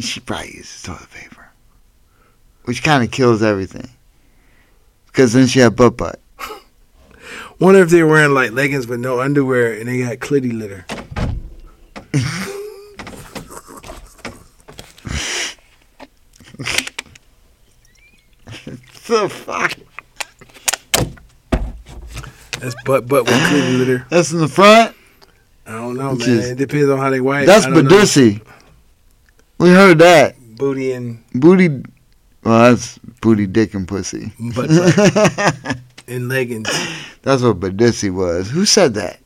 she probably uses toilet paper, which kind of kills everything. Because then she had butt butt. Wonder if they're wearing like leggings with no underwear and they got clitty litter. the fuck? That's butt butt with clitty litter. That's in the front. I don't don't know, Which man. is- it depends on how they wipe. That's I don't know. Badussi. We heard that. Booty and Booty. Well, that's booty, dick, and pussy. butt, butt. and leggings. That's what Badussi was. Who said that?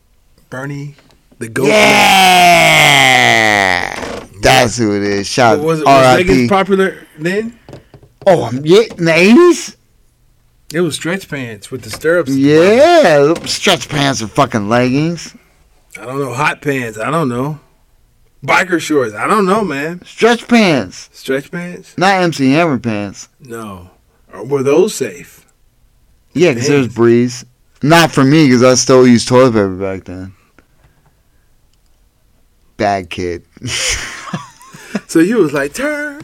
Bernie, the goat. Yeah! That's who it is. Shout Was, was R.I.P. leggings popular then? oh, yeah, in the 80s? It was stretch pants with the stirrups. Yeah. Stretch pants and fucking leggings. I don't know. Hot pants. I don't know. Biker shorts. I don't know, man. Stretch pants. Stretch pants? Not MC Hammer pants. No. Or were those safe? Yeah, 'cause there's Pants. breeze. Not for me, 'cause I still used toilet paper back then. Bad kid. So you was like, turn,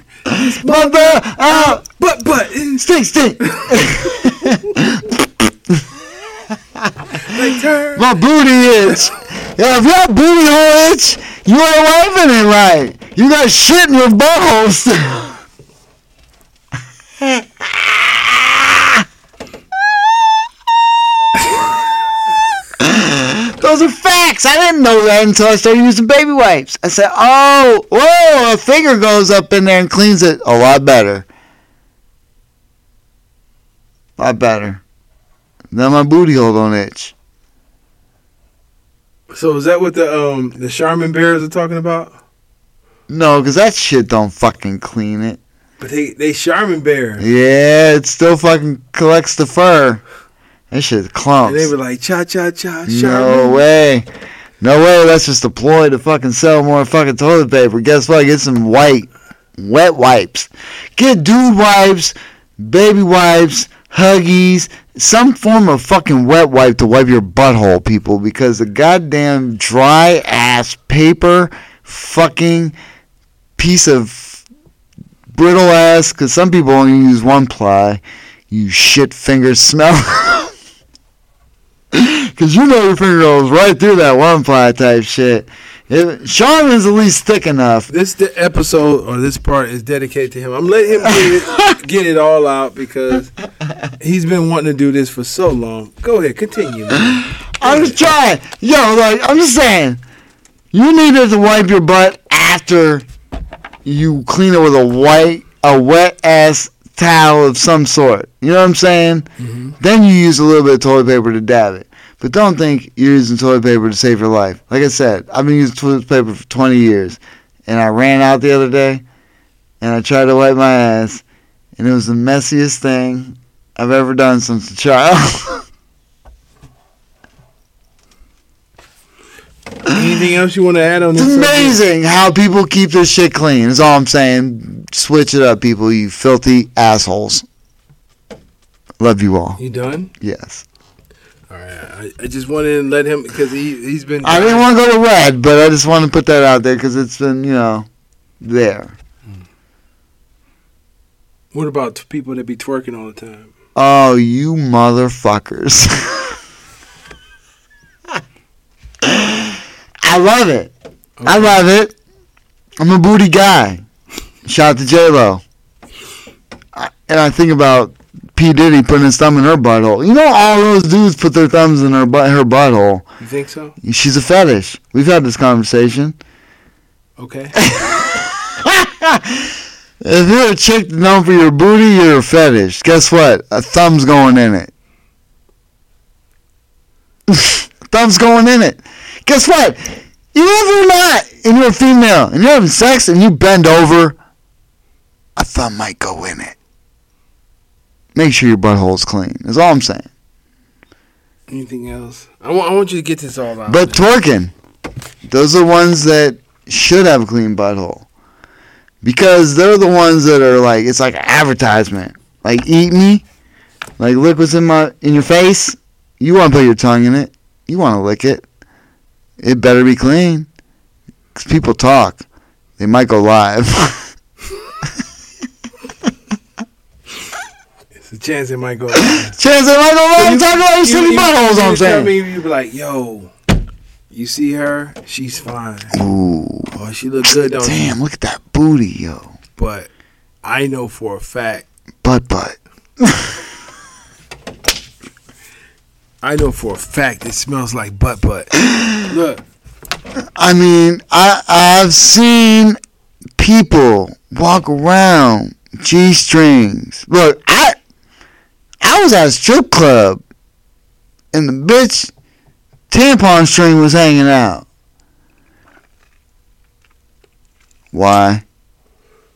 Mother out! butt, butt, and Ah, Stink, stink! like, turn. My booty itch. Yeah, if your booty hole itch, you ain't wiping it right. You got shit in your butthole still. Those are facts. I didn't know that until I started using baby wipes. I said, oh, whoa, a finger goes up in there and cleans it a lot better. A lot better. Now my booty hole don't itch. So is that what the um the Charmin bears are talking about? No, because that shit don't fucking clean it. But they they Charmin bear. Yeah, it still fucking collects the fur. That shit And they clumps. were like, cha cha cha, Charmin. No way. No way, that's just a ploy to fucking sell more fucking toilet paper. Guess what? Get some white, wet wipes. Get dude wipes, baby wipes, huggies, some form of fucking wet wipe to wipe your butthole, people, because the goddamn dry ass paper fucking piece of brittle ass, because some people only use one ply, you shit finger smell. Because you know your finger goes right through that one ply type shit. If, Charmin's at least thick enough. This the episode or this part is dedicated to him. I'm letting him get it, get it all out because he's been wanting to do this for so long. Go ahead, continue. man. I'm just trying. Yo, like, I'm just saying. You needed to wipe your butt after you clean it with a white, a wet ass towel of some sort. You know what I'm saying? Then you use a little bit of toilet paper to dab it. But don't think you're using toilet paper to save your life. Like I said, I've been using toilet paper for 20 years. And I ran out the other day and I tried to wipe my ass. And it was the messiest thing I've ever done since a child. Anything else you want to add on this? It's subject? amazing how people keep this shit clean. That's all I'm saying. Switch it up, people. You filthy assholes. Love you all. You done? Yes. All right. I, I just wanted to let him because he he's been. I didn't want to go to red, but I just want to put that out there because it's been, you know, there. What about t- people that be twerking all the time? Oh, you motherfuckers. I love it. I love it. I'm a booty guy. Shout out to J Lo. And I think about P Diddy putting his thumb in her butthole. You know, all those dudes put their thumbs in her butt, her butthole. You think so? She's a fetish. We've had this conversation. Okay. If you're a chick known for your booty, you're a fetish. Guess what? A thumb's going in it. thumb's going in it. Guess what? Even if you're not, and you're a female, and you're having sex, and you bend over, a thumb might go in it. Make sure your butthole's clean. That's all I'm saying. Anything else? I want I want you to get this all out. But twerking, those are ones that should have a clean butthole. Because they're the ones that are like it's like an advertisement. Like eat me. Like look what's in my in your face. You wanna put your tongue in it. You wanna lick it. It better be clean. 'Cause people talk. They might go live. it's a chance it might go. Chance they might go live and talk about your You- shitty you- buttholes, you I'm tell saying. me, you be like, yo, you see her? She's fine. Ooh. Oh, she look good, don't she? Damn, look at that booty, yo. But I know for a fact. Butt butt. I know for a fact it smells like butt butt. look, I mean, I I've seen people walk around G strings. Look, I I was at a strip club and the bitch tampon string was hanging out. Why?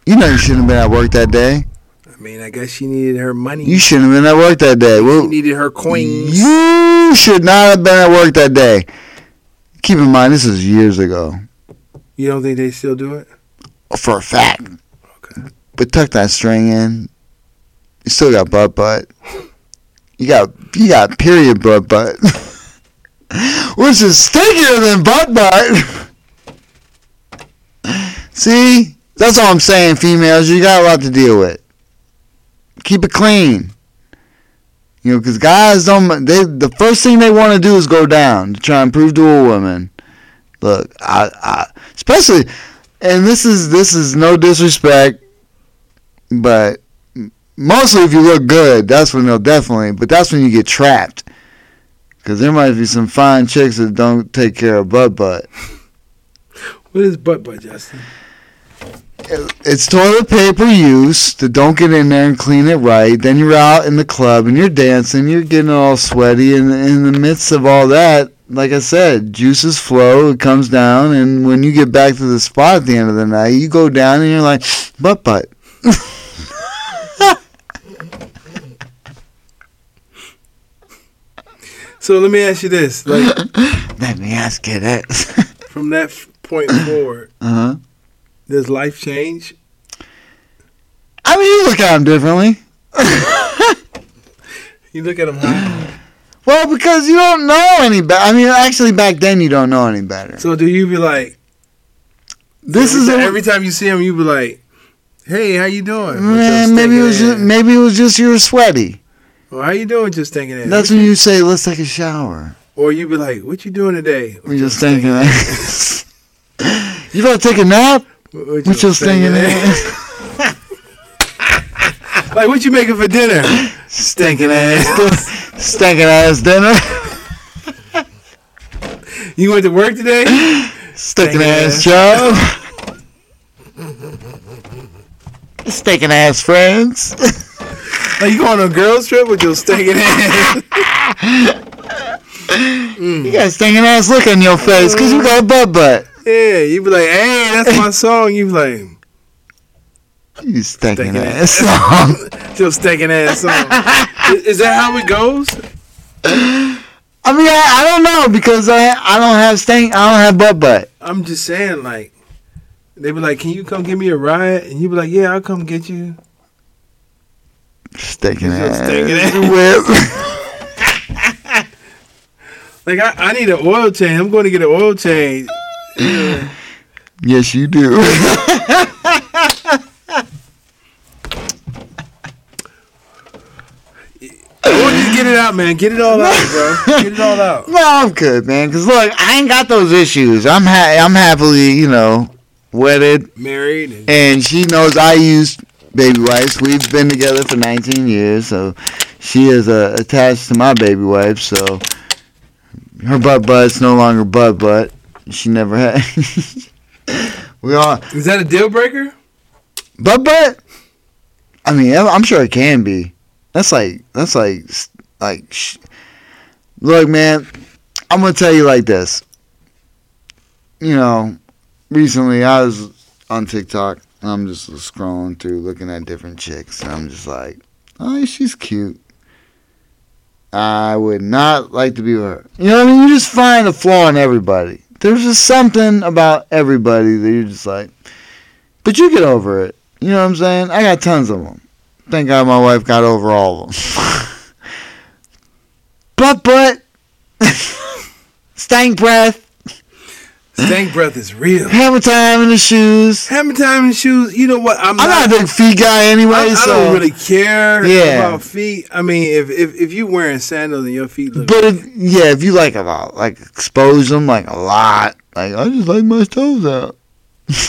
You know you shouldn't have been at work that day. I mean, I guess she needed her money. You shouldn't have been at work that day. she Well, needed her coins. you should not have been at work that day. Keep in mind, this was years ago. You don't think they still do it? for a fact. Okay. But tuck that string in. You still got butt butt. You got you got period butt butt, which is stinkier than butt butt. See, that's all I'm saying, females. You got a lot to deal with. Keep it clean. You know, because guys don't. They the first thing they want to do is go down to try and prove to a woman. Look, I, I especially and this is this is no disrespect, but mostly if you look good, that's when they'll definitely. But that's when you get trapped, because there might be some fine chicks that don't take care of butt butt. What is butt butt, Justin? It- It's toilet paper use that don't get in there and clean it right. Then you're out in the club and you're dancing, you're getting all sweaty, and in the midst of all that, like I said, juices flow, it comes down, and when you get back to the spot at the end of the night, you go down and you're like butt butt. So let me ask you this: like Let me ask you that. from that f- point forward, uh huh. does life change? I mean, you look at them differently. You look at them high. Well, because you don't know any better. I mean, actually, back then you don't know any better. So do you be like? This every is ti- a, every time you see him, you be like, "Hey, how you doing?" With your man, maybe it was stinking just, ass. maybe it was just you were sweaty. Well, how you doing? Just thinking that. That's when you say, "Let's take a shower." or you be like, "What you doing today?" We just thinking. you about to take a nap? What, We just thinking. like, what you making for dinner? Stinking ass. Stinking ass dinner. You went to work today? Stinking Stinking ass job. Stinking ass friends. Like, you going on a girls trip with your stinking ass? You got a stinking ass look on your face because you got a butt butt. yeah, you be like, "Hey, that's my song." You be like, You stinking Stinking ass. "Your stinking ass song." I- is, that how it goes? I mean, I, I don't know because I I don't have stink. I don't have butt butt. I'm just saying, like, they be like, "Can you come give me a ride?" And you be like, "Yeah, I'll come get you." Stinking You're ass. stinking ass. Whip. Like, I, I need an oil change. I'm going to get an oil change. yes, you do. Or just get it out, man. Get it all out, bro. Get it all out. no, I'm good, man. Cause look, I ain't got those issues. I'm ha- I'm happily, you know, wedded, Married and and she knows I use baby wipes. We've been together for 19 years, so she is uh, attached to my baby wipes. So her butt butt's no longer butt butt. She never had. we all Is that a deal breaker? But but, I mean, I'm I'm sure it can be. That's like that's like s- like. Sh- Look, man, I'm gonna tell you like this. You know, recently I was on TikTok and I'm just scrolling through, looking at different chicks, and I'm just like, oh, she's cute. I would not like to be with her. You know what I mean? You just find a flaw in everybody. There's just something about everybody that you're just like, but you get over it. You know what I'm saying? I got tons of them. Thank God my wife got over all of them. but but stank breath, Stank breath is real. hammer time in the shoes. Hammer time and shoes. You know what? I'm I'm not not. a big feet guy anyway, I, I so don't really care Yeah. about feet. I mean, if if, if you wearing sandals and your feet look, But if, yeah, if you like a lot, like expose them like a lot, like I just like my toes out.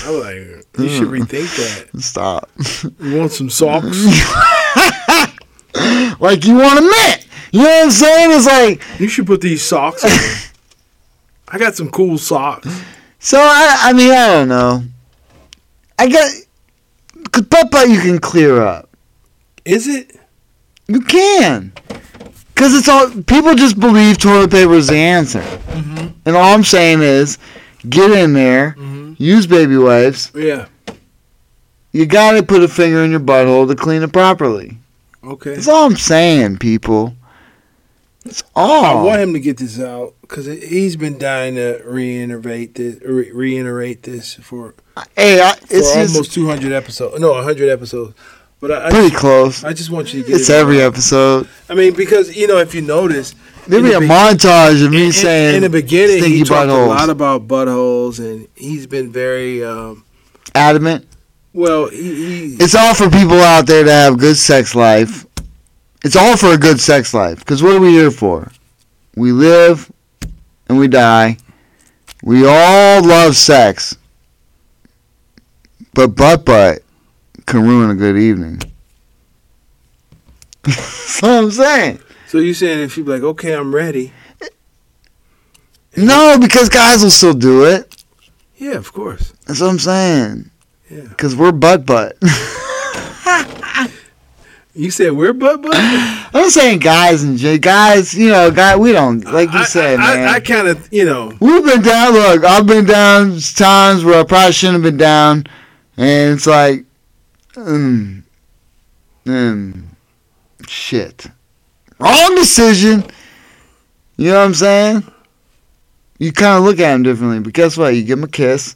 I'm like, you should Mm. rethink that. Stop. You want some socks? like you want a mint. You know what I'm saying? It's like You should put these socks. on. I got some cool socks. So I, I mean, I don't know. I got cause Bubba, you can clear up. Is it? You can, cause it's all people just believe toilet paper is the answer. Mm-hmm. And all I'm saying is, get in there, Mhm. use baby wipes. Yeah. You gotta put a finger in your butthole to clean it properly. Okay. That's all I'm saying, people. It's I all. want him to get this out because he's been dying to reiterate this, re- reiterate this for, Hey, I, for it's just almost 200 episodes. No, 100 episodes. But I, I, pretty just, close. I just want you to get It's it out. every episode. I mean, because, you know, if you notice, There'd be In a the be- montage of me in, saying in the beginning, stinky he talked a buttholes. lot about buttholes and he's been very, um, adamant. well, he, he It's all for people out there to have good sex life. It's all for a good sex life. Because what are we here for? We live and we die. We all love sex. But butt butt can ruin a good evening. That's what I'm saying. so you're saying if she's like, okay, I'm ready. No, because guys will still do it. Yeah, of course. That's what I'm saying. Yeah. Because we're butt butt. You said we're butt butt? I'm saying guys and j- guys, you know, guy. We don't like you I- said, I, man. I, I kind of, you know, We've been down. Look, I've been down times where I probably shouldn't have been down, and it's like, mm, mm, shit, wrong decision. You know what I'm saying? You kind of look at him differently, but guess what? You give him a kiss,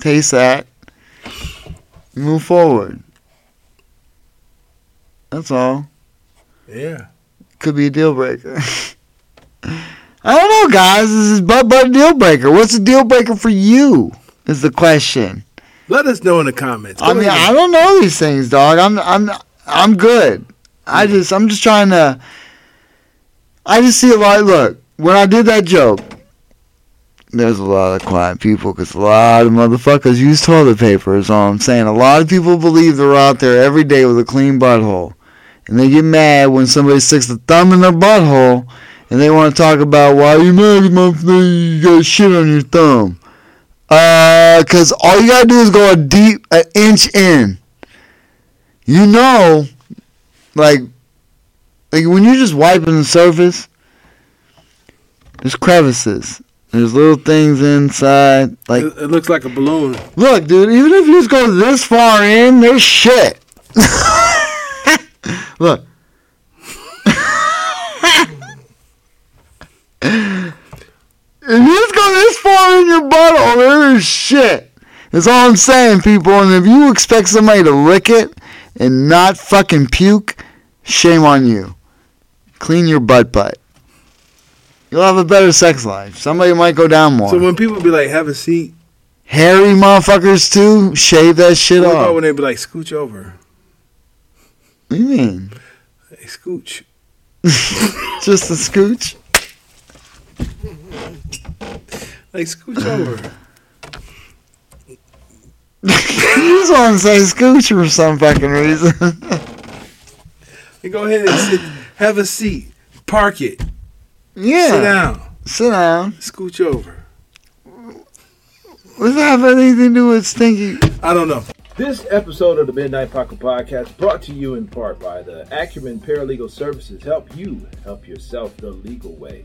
taste that, move forward. That's all yeah. could be a deal breaker. I don't know, guys. This is butt butt deal breaker. What's a deal breaker for you? Is the question. Let us know in the comments. I Go mean, ahead. I don't know these things, dog. I'm I'm I'm good. I Mm-hmm. just I'm just trying to. I just see a lot. Look, when I did that joke, there's a lot of quiet people because a lot of motherfuckers use toilet paper. Is all I'm saying. A lot of people believe they're out there every day with a clean butthole, and they get mad when somebody sticks a thumb in their butthole, and they want to talk about why you mad, motherfucker, you got shit on your thumb. Uh, cause all you gotta do is go a deep, an inch in. You know, like, like when you're just wiping the surface, there's crevices. There's little things inside. Like, it, it looks like a balloon. Look, dude, even if you just go this far in, there's shit. Look. if you just go this far in your butthole, there's shit. That's all I'm saying, people. And if you expect somebody to lick it and not fucking puke, shame on you. Clean your butt butt. You'll have a better sex life. Somebody might go down more. So when people be like, have a seat, Hairy motherfuckers too, shave that shit what off. about when What they be like, scooch over? do you mean? Hey, scooch. Just a scooch? Like, scooch over. you just want to say scooch for some fucking reason. And go ahead and sit. Have a seat. Park it. yeah. Sit down. Sit down. Scooch over. What does that have anything to do with stinky? I don't know. This episode of the Midnight Pocket Podcast brought to you in part by the Acumen Paralegal Services help you help yourself the legal way.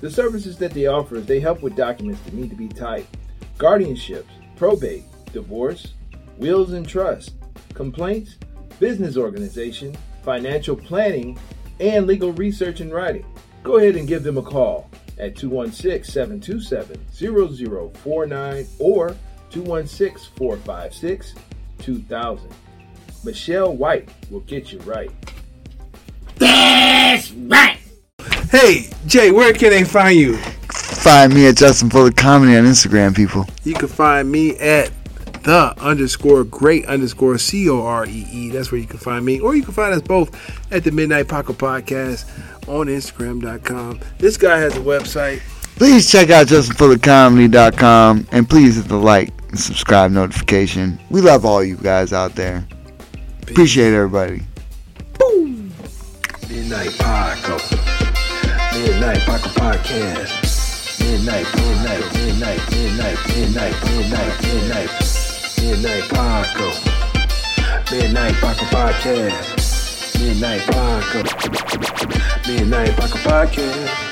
The services that they offer is they help with documents that need to be typed, guardianships, probate, divorce, wills and trust, complaints, business organization, financial planning, and legal research and writing. Go ahead and give them a call at 216 727 0049 or 216 456 2000. Michelle White will get you right. Hey, Jay, where can they find you? Find me at Justin Fuller Comedy on Instagram, people. You can find me at the underscore great underscore C O R E E. That's where you can find me. Or you can find us both at the Midnight Pocket Podcast on Instagram.com. This guy has a website. Please check out JustinFullerComedy.com and please hit the like and subscribe notification. We love all you guys out there. Appreciate everybody. Midnight Paco. Midnight Paco Podcast. midnight, midnight, midnight, midnight, midnight, midnight, midnight, midnight, Paco. Midnight Paco Podcast. Midnight Paco. Midnight Paco Podcast.